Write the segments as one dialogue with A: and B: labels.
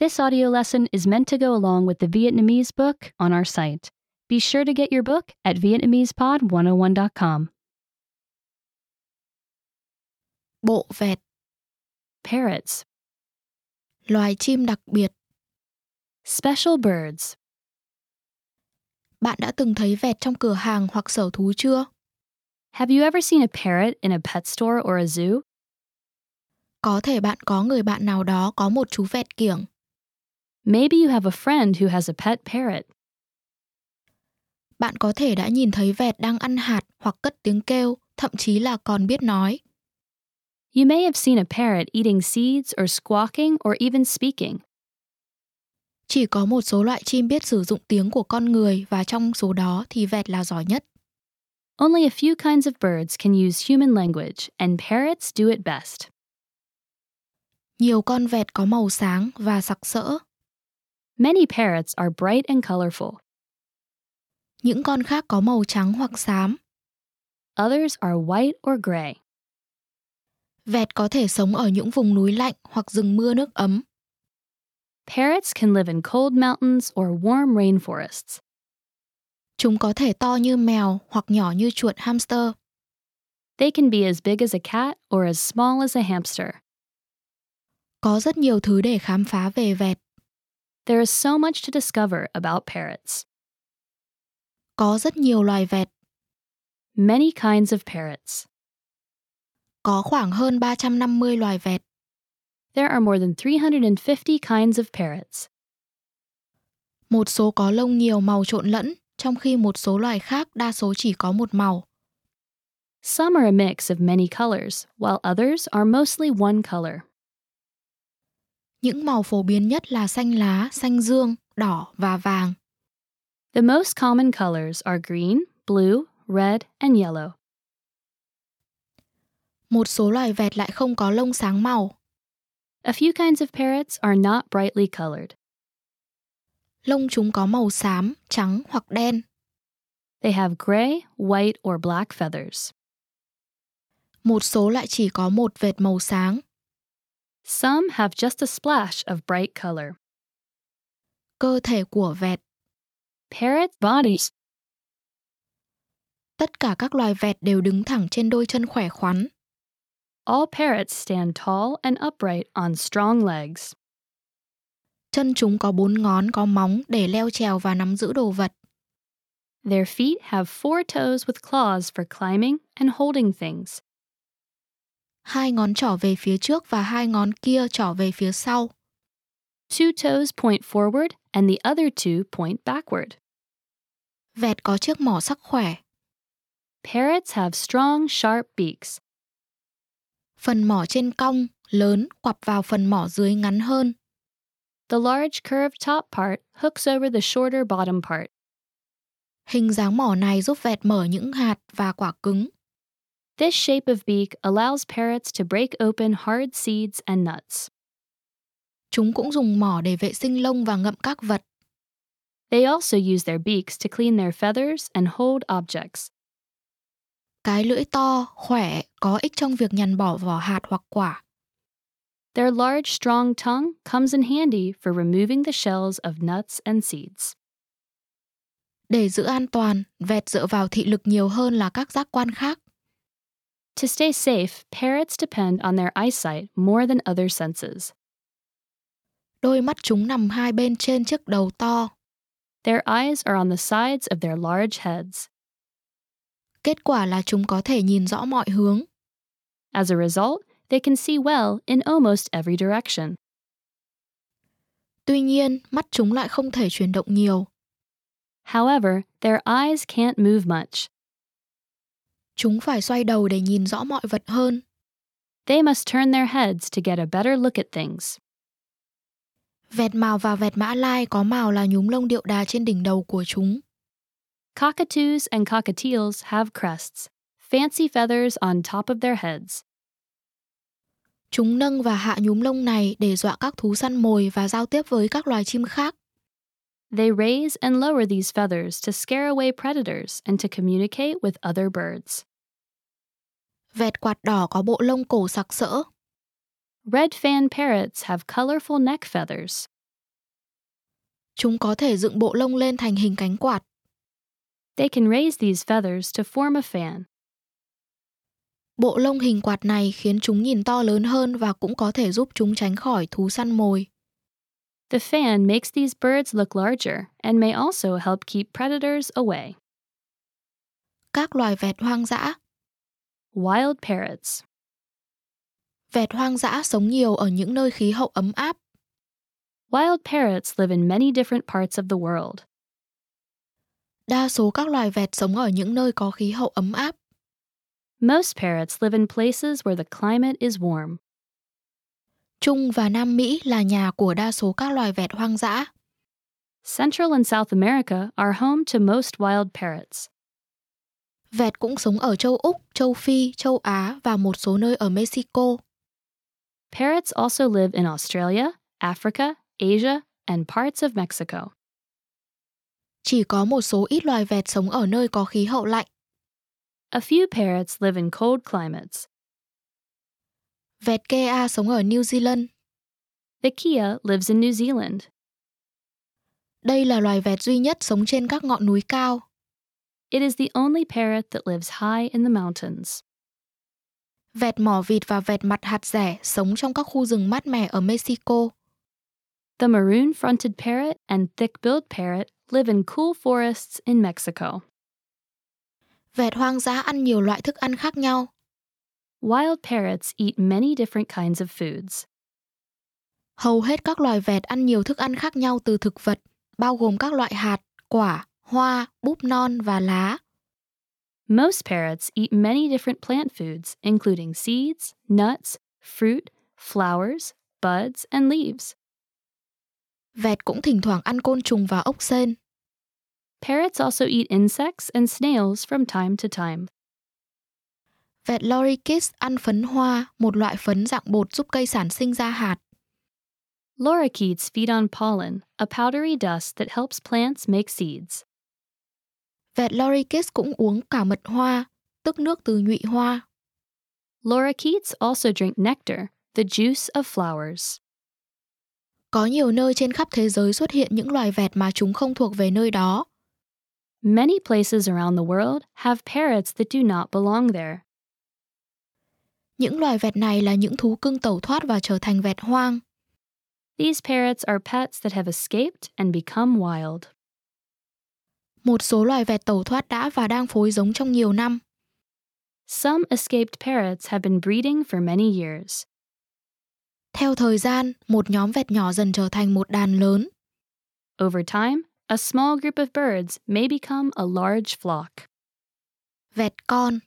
A: This audio lesson is meant to go along with the Vietnamese book on our site. Be sure to get your book at VietnamesePod101.com.
B: Bộ vẹt,
A: Parrots,
B: loài chim đặc biệt.
A: special birds.
B: Bạn đã từng thấy vẹt trong cửa hàng hoặc sở thú chưa?
A: Have you ever seen a parrot in a pet store or a zoo?
B: Có thể bạn có người bạn nào đó có một chú vẹt kiểng.
A: Maybe you have a friend who has a pet parrot.
B: Bạn có thể đã nhìn thấy vẹt đang ăn hạt hoặc cất tiếng kêu, thậm chí là còn biết nói.
A: You may have seen a parrot eating seeds or squawking or even speaking.
B: Chỉ có một số loại chim biết sử dụng tiếng của con người và trong số đó thì vẹt là giỏi nhất.
A: Only a few kinds of birds can use human language, and parrots do it best.
B: Nhiều con vẹt có màu sáng và sặc sỡ,
A: Many parrots are bright and colorful,
B: những con khác có màu trắng hoặc xám.
A: others are white or gray.
B: Vẹt có thể sống ở những vùng núi lạnh hoặc rừng mưa nước ấm.
A: Parrots can live in cold mountains or warm rainforests.
B: Chúng có thể to như mèo hoặc nhỏ như chuột hamster.
A: They can be as big as a cat or as small as a hamster.
B: Có rất nhiều thứ để khám phá về vẹt,
A: There is so much to discover about parrots.
B: có rất nhiều loài vẹt,
A: Many kinds of parrots.
B: có khoảng hơn 350 loài vẹt.
A: There are more than 350 kinds of parrots.
B: Một số có lông nhiều màu trộn lẫn, trong khi một số loài khác đa số chỉ có một màu.
A: Some are a mix of many colors, while others are mostly one color.
B: Những màu phổ biến nhất là xanh lá, xanh dương, đỏ và vàng.
A: The most common colors are green, blue, red, and yellow.
B: Một số loài vẹt lại không có lông sáng màu.
A: A few kinds of parrots are not brightly colored.
B: Lông chúng có màu xám, trắng hoặc đen.
A: They have gray, white, or black feathers.
B: Một số lại chỉ có một vệt màu sáng.
A: Some have just a splash of bright color.
B: Cơ thể của vẹt.
A: Parrot bodies.
B: Tất cả các loài vẹt đều đứng thẳng trên đôi chân khỏe khoắn.
A: All parrots stand tall and upright on strong legs.
B: Chân chúng có bốn ngón có móng để leo trèo và nắm giữ đồ vật.
A: Their feet have four toes with claws for climbing and holding things.
B: Hai ngón trỏ về phía trước và hai ngón kia trỏ về phía sau.
A: Two toes point forward and the other two point backward.
B: Vẹt có chiếc mỏ sắc khỏe.
A: Parrots have strong, sharp beaks.
B: Phần mỏ trên cong, lớn, quặp vào phần mỏ dưới ngắn hơn.
A: The large curved top part hooks over the shorter bottom part.
B: Hình dáng mỏ này giúp vẹt mở những hạt và quả cứng.
A: This shape of beak allows parrots to break open hard seeds and nuts.
B: Chúng cũng dùng mỏ để vệ sinh lông và ngậm các vật.
A: They also use their beaks to clean their feathers and hold objects.
B: Cái lưỡi to, khỏe, có ích trong việc nhằn bỏ vỏ hạt hoặc quả.
A: Their large, strong tongue comes in handy for removing the shells of nuts and seeds.
B: Để giữ an toàn, vẹt dựa vào thị lực nhiều hơn là các giác quan khác.
A: To stay safe, parrots depend on their eyesight more than other senses.
B: Đôi mắt chúng nằm hai bên trên chiếc đầu to.
A: Their eyes are on the sides of their large heads.
B: Kết quả là chúng có thể nhìn rõ mọi hướng.
A: As a result, they can see well in almost every direction.
B: Tuy nhiên, mắt chúng lại không thể chuyển động nhiều.
A: However, their eyes can't move much.
B: Chúng phải xoay đầu để nhìn rõ mọi vật hơn.
A: They must turn their heads to get a better look at things.
B: Vẹt màu và vẹt mã lai có màu là nhúm lông điệu đà trên đỉnh đầu của chúng.
A: Cockatoos and cockatiels have crests, fancy feathers on top of their heads.
B: Chúng nâng và hạ nhúm lông này để dọa các thú săn mồi và giao tiếp với các loài chim khác.
A: They raise and lower these feathers to scare away predators and to communicate with other birds.
B: Vẹt quạt đỏ có bộ lông cổ sặc sỡ.
A: Red fan parrots have colorful neck feathers.
B: Chúng có thể dựng bộ lông lên thành hình cánh quạt.
A: They can raise these feathers to form a fan.
B: Bộ lông hình quạt này khiến chúng nhìn to lớn hơn và cũng có thể giúp chúng tránh khỏi thú săn mồi.
A: The fan makes these birds look larger and may also help keep predators away.
B: Các loài vẹt hoang dã,
A: Wild parrots.
B: vẹt hoang dã sống nhiều ở những nơi khí hậu ấm áp.
A: Wild parrots live in many different parts of the world.
B: Đa số các loài vẹt sống ở những nơi có khí hậu ấm áp.
A: Most parrots live in places where the climate is warm.
B: Trung và Nam Mỹ là nhà của đa số các loài vẹt hoang dã.
A: Central and South America are home to most wild parrots.
B: Vẹt cũng sống ở châu Úc, châu Phi, châu Á và một số nơi ở Mexico.
A: Parrots also live in Australia, Africa, Asia, and parts of Mexico.
B: Chỉ có một số ít loài vẹt sống ở nơi có khí hậu lạnh.
A: A few parrots live in cold climates.
B: Vẹt Kea sống ở New Zealand.
A: The Kia lives in New Zealand.
B: Đây là loài vẹt duy nhất sống trên các ngọn núi cao.
A: It is the only parrot that lives high in the mountains.
B: Vẹt mỏ vịt và vẹt mặt hạt rẻ sống trong các khu rừng mát mẻ ở Mexico.
A: The maroon fronted parrot and thick billed parrot live in cool forests in Mexico.
B: Vẹt hoang dã ăn nhiều loại thức ăn khác nhau.
A: Wild parrots eat many different kinds of foods.
B: Hầu hết các loài vẹt ăn nhiều thức ăn khác nhau từ thực vật, bao gồm các loại hạt, quả, hoa, búp non và lá.
A: Most parrots eat many different plant foods, including seeds, nuts, fruit, flowers, buds, and leaves.
B: Vẹt cũng thỉnh thoảng ăn côn trùng và ốc sên.
A: Parrots also eat insects and snails from time to time.
B: Vẹt lorikeet ăn phấn hoa, một loại phấn dạng bột giúp cây sản sinh ra hạt.
A: Lorikeets feed on pollen, a powdery dust that helps plants make seeds.
B: Vẹt lorikeet cũng uống cả mật hoa, tức nước từ nhụy hoa.
A: Lorikeets also drink nectar, the juice of flowers.
B: Có nhiều nơi trên khắp thế giới xuất hiện những loài vẹt mà chúng không thuộc về nơi đó.
A: Many places around the world have parrots that do not belong there.
B: Những loài vẹt này là những thú cưng tẩu thoát và trở thành vẹt hoang.
A: These parrots are pets that have escaped and become wild.
B: Một số loài vẹt tẩu thoát đã và đang phối giống trong nhiều năm.
A: Some escaped parrots have been breeding for many years.
B: Theo thời gian, một nhóm vẹt nhỏ dần trở thành một đàn lớn.
A: Over time, a small group of birds may become a large flock.
B: Vẹt con,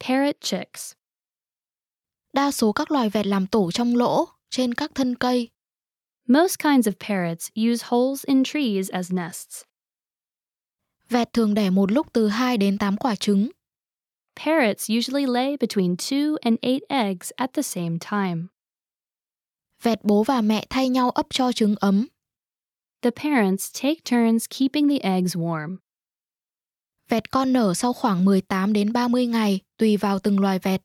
A: Parrot chicks.
B: đa số các loài vẹt làm tổ trong lỗ, trên các thân cây.
A: Most kinds of parrots use holes in trees as nests.
B: Vẹt thường đẻ một lúc từ 2 đến 8 quả trứng.
A: Parrots usually lay between two and eight eggs at the same time.
B: Vẹt bố và mẹ thay nhau ấp cho trứng ấm.
A: The parents take turns keeping the eggs warm.
B: Vẹt con nở sau khoảng 18 đến 30 ngày, tùy vào từng loài vẹt.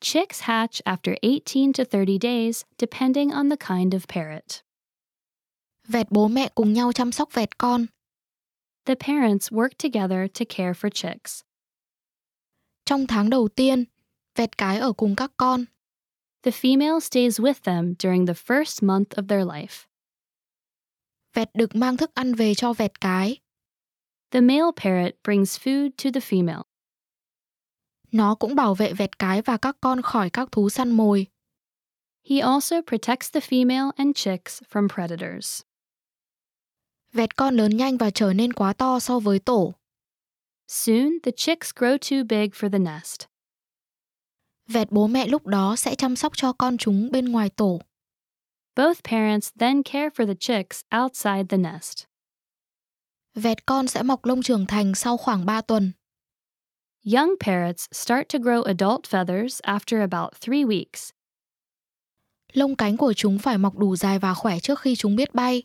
A: Chicks hatch after 18 to 30 days, depending on the kind of parrot.
B: Vẹt bố mẹ cùng nhau chăm sóc vẹt con.
A: The parents work together to care for chicks.
B: Trong tháng đầu tiên, vẹt cái ở cùng các con.
A: The female stays with them during the first month of their life.
B: Vẹt đực mang thức ăn về cho vẹt cái.
A: The male parrot brings food to the female.
B: Nó cũng bảo vệ vẹt cái và các con khỏi các thú săn mồi.
A: He also protects the female and chicks from predators.
B: Vẹt con lớn nhanh và trở nên quá to so với tổ.
A: Soon, the chicks grow too big for the nest.
B: Vẹt bố mẹ lúc đó sẽ chăm sóc cho con chúng bên ngoài tổ.
A: Both parents then care for the chicks outside the nest.
B: Vẹt con sẽ mọc lông trưởng thành sau khoảng 3 tuần.
A: Young parrots start to grow adult feathers after about three weeks.
B: Lông cánh của chúng phải mọc đủ dài và khỏe trước khi chúng biết bay.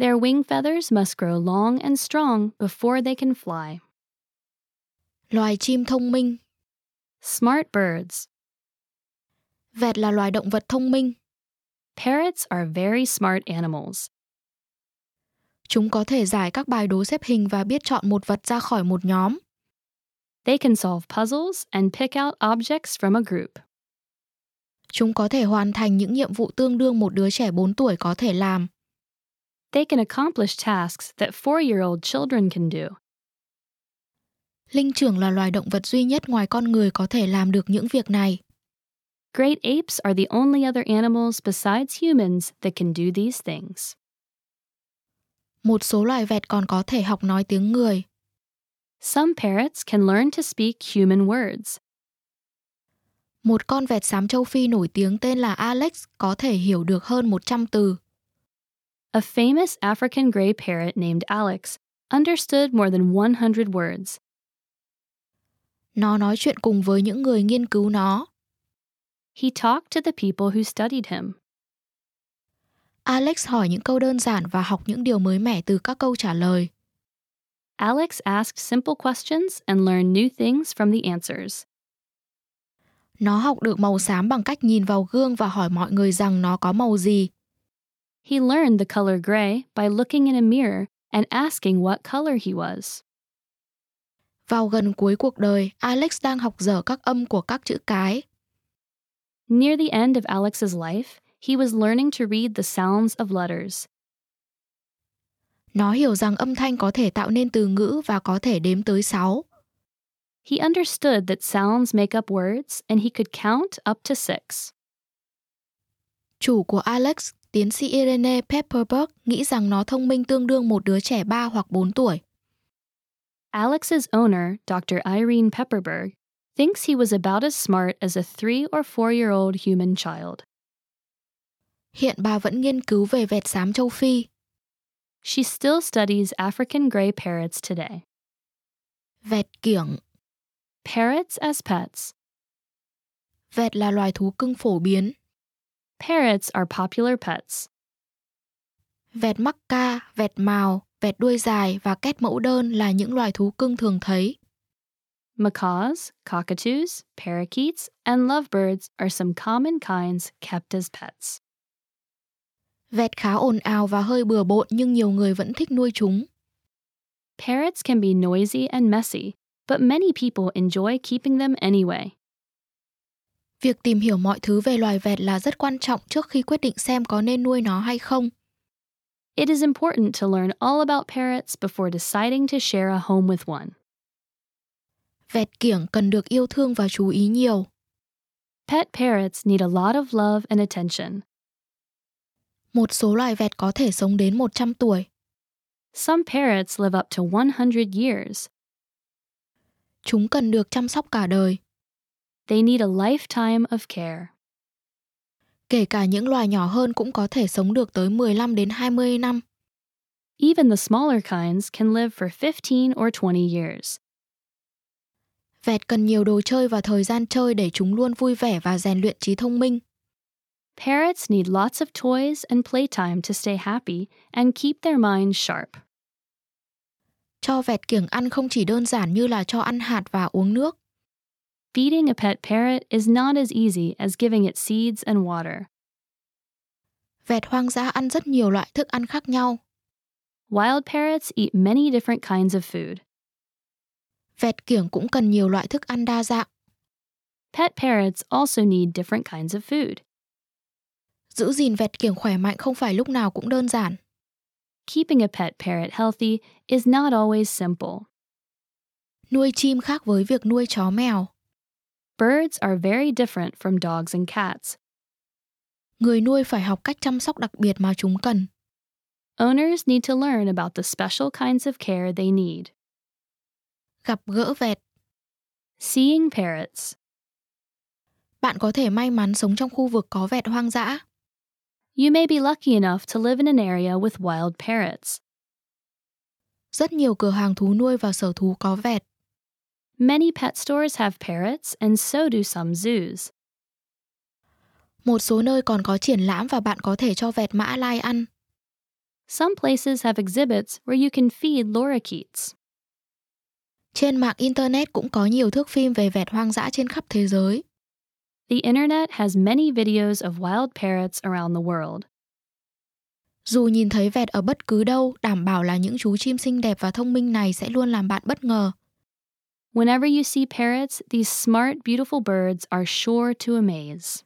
A: Their wing feathers must grow long and strong before they can fly.
B: Loài chim thông minh.
A: Smart birds.
B: Vẹt là loài động vật thông minh.
A: Parrots are very smart animals.
B: Chúng có thể giải các bài đố xếp hình và biết chọn một vật ra khỏi một nhóm.
A: They can solve puzzles and pick out objects from a group.
B: Chúng có thể hoàn thành những nhiệm vụ tương đương một đứa trẻ 4 tuổi có thể làm.
A: They can accomplish tasks that four year old children can do.
B: Linh trưởng là loài động vật duy nhất ngoài con người có thể làm được những việc này.
A: Great apes are the only other animals besides humans that can do these things.
B: Một số loài vẹt còn có thể học nói tiếng người.
A: Some parrots can learn to speak human words.
B: Một con vẹt xám châu Phi nổi tiếng tên là Alex có thể hiểu được hơn 100 từ.
A: A famous African gray parrot named Alex understood more than 100 words.
B: Nó nói chuyện cùng với những người nghiên cứu nó.
A: He talked to the people who studied him.
B: Alex hỏi những câu đơn giản và học những điều mới mẻ từ các câu trả lời.
A: Alex asked simple questions and learned new things from the answers.
B: Nó học được màu xám bằng cách nhìn vào gương và hỏi mọi người rằng nó có màu gì.
A: He learned the color gray by looking in a mirror and asking what color he was.
B: Vào gần cuối cuộc đời, Alex đang học dở các âm của các chữ cái.
A: Near the end of Alex's life, he was learning to read the sounds of letters.
B: Nó hiểu rằng âm thanh có thể tạo nên từ ngữ và có thể đếm tới 6.
A: He understood that sounds make up words and he could count up to six.
B: Chủ của Alex, tiến sĩ Irene Pepperberg, nghĩ rằng nó thông minh tương đương một đứa trẻ 3 hoặc 4 tuổi.
A: Alex's owner, Dr. Irene Pepperberg, thinks he was about as smart as a three or four year old human child.
B: Hiện bà vẫn nghiên cứu về vẹt xám châu Phi.
A: She still studies African gray parrots today.
B: Vẹt kiểng,
A: Parrots as pets.
B: vẹt là loài thú cưng phổ biến.
A: Parrots are popular pets.
B: Vẹt mắc ca, vẹt màu, vẹt đuôi dài và két mẫu đơn là những loài thú cưng thường thấy.
A: Macaws, cockatoos, parakeets, and lovebirds are some common kinds kept as pets.
B: Vẹt khá ồn ào và hơi bừa bộn nhưng nhiều người vẫn thích nuôi chúng.
A: Parrots can be noisy and messy, but many people enjoy keeping them anyway.
B: Việc tìm hiểu mọi thứ về loài vẹt là rất quan trọng trước khi quyết định xem có nên nuôi nó hay không.
A: It is important to learn all about parrots before deciding to share a home with one.
B: Vẹt kiểng cần được yêu thương và chú ý nhiều.
A: Pet parrots need a lot of love and attention.
B: Một số loài vẹt có thể sống đến 100 tuổi.
A: Some parrots live up to 100 years.
B: Chúng cần được chăm sóc cả đời,
A: They need a lifetime of care.
B: kể cả những loài nhỏ hơn cũng có thể sống được tới 15 đến 20 năm.
A: Even the smaller kinds can live for 15 or 20 years.
B: Vẹt cần nhiều đồ chơi và thời gian chơi để chúng luôn vui vẻ và rèn luyện trí thông minh.
A: Parrots need lots of toys and playtime to stay happy and keep their minds sharp.
B: Cho vẹt kiểng ăn không chỉ đơn giản như là cho ăn hạt và uống nước.
A: Feeding a pet parrot is not as easy as giving it seeds and water.
B: Vẹt hoang dã ăn rất nhiều loại thức ăn khác nhau.
A: Wild parrots eat many different kinds of food.
B: Vẹt kiểng cũng cần nhiều loại thức ăn đa dạng.
A: Pet parrots also need different kinds of food.
B: Giữ gìn vẹt kiểng khỏe mạnh không phải lúc nào cũng đơn giản.
A: Keeping a pet parrot healthy is not always simple.
B: Nuôi chim khác với việc nuôi chó mèo.
A: Birds are very different from dogs and cats.
B: Người nuôi phải học cách chăm sóc đặc biệt mà chúng cần.
A: Owners need to learn about the special kinds of care they need.
B: Gặp gỡ vẹt,
A: Seeing parrots.
B: bạn có thể may mắn sống trong khu vực có vẹt hoang dã.
A: You may be lucky enough to live in an area with wild parrots.
B: Rất nhiều cửa hàng thú nuôi và sở thú có vẹt.
A: Many pet stores have parrots, and so do some zoos.
B: Một số nơi còn có triển lãm và bạn có thể cho vẹt mã lai ăn.
A: Some places have exhibits where you can feed lorikeets.
B: Trên mạng Internet cũng có nhiều thước phim về vẹt hoang dã trên khắp thế giới.
A: The internet has many videos of wild parrots around the world.
B: Dù nhìn thấy vẹt ở bất cứ đâu, đảm bảo là những chú chim xinh đẹp và thông minh này sẽ luôn làm bạn bất ngờ.
A: Whenever you see parrots, these smart, beautiful birds are sure to amaze.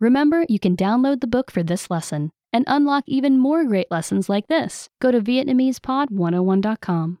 A: Remember, you can download the book for this oh lesson and unlock even more great lessons like this. Go to VietnamesePod101.com.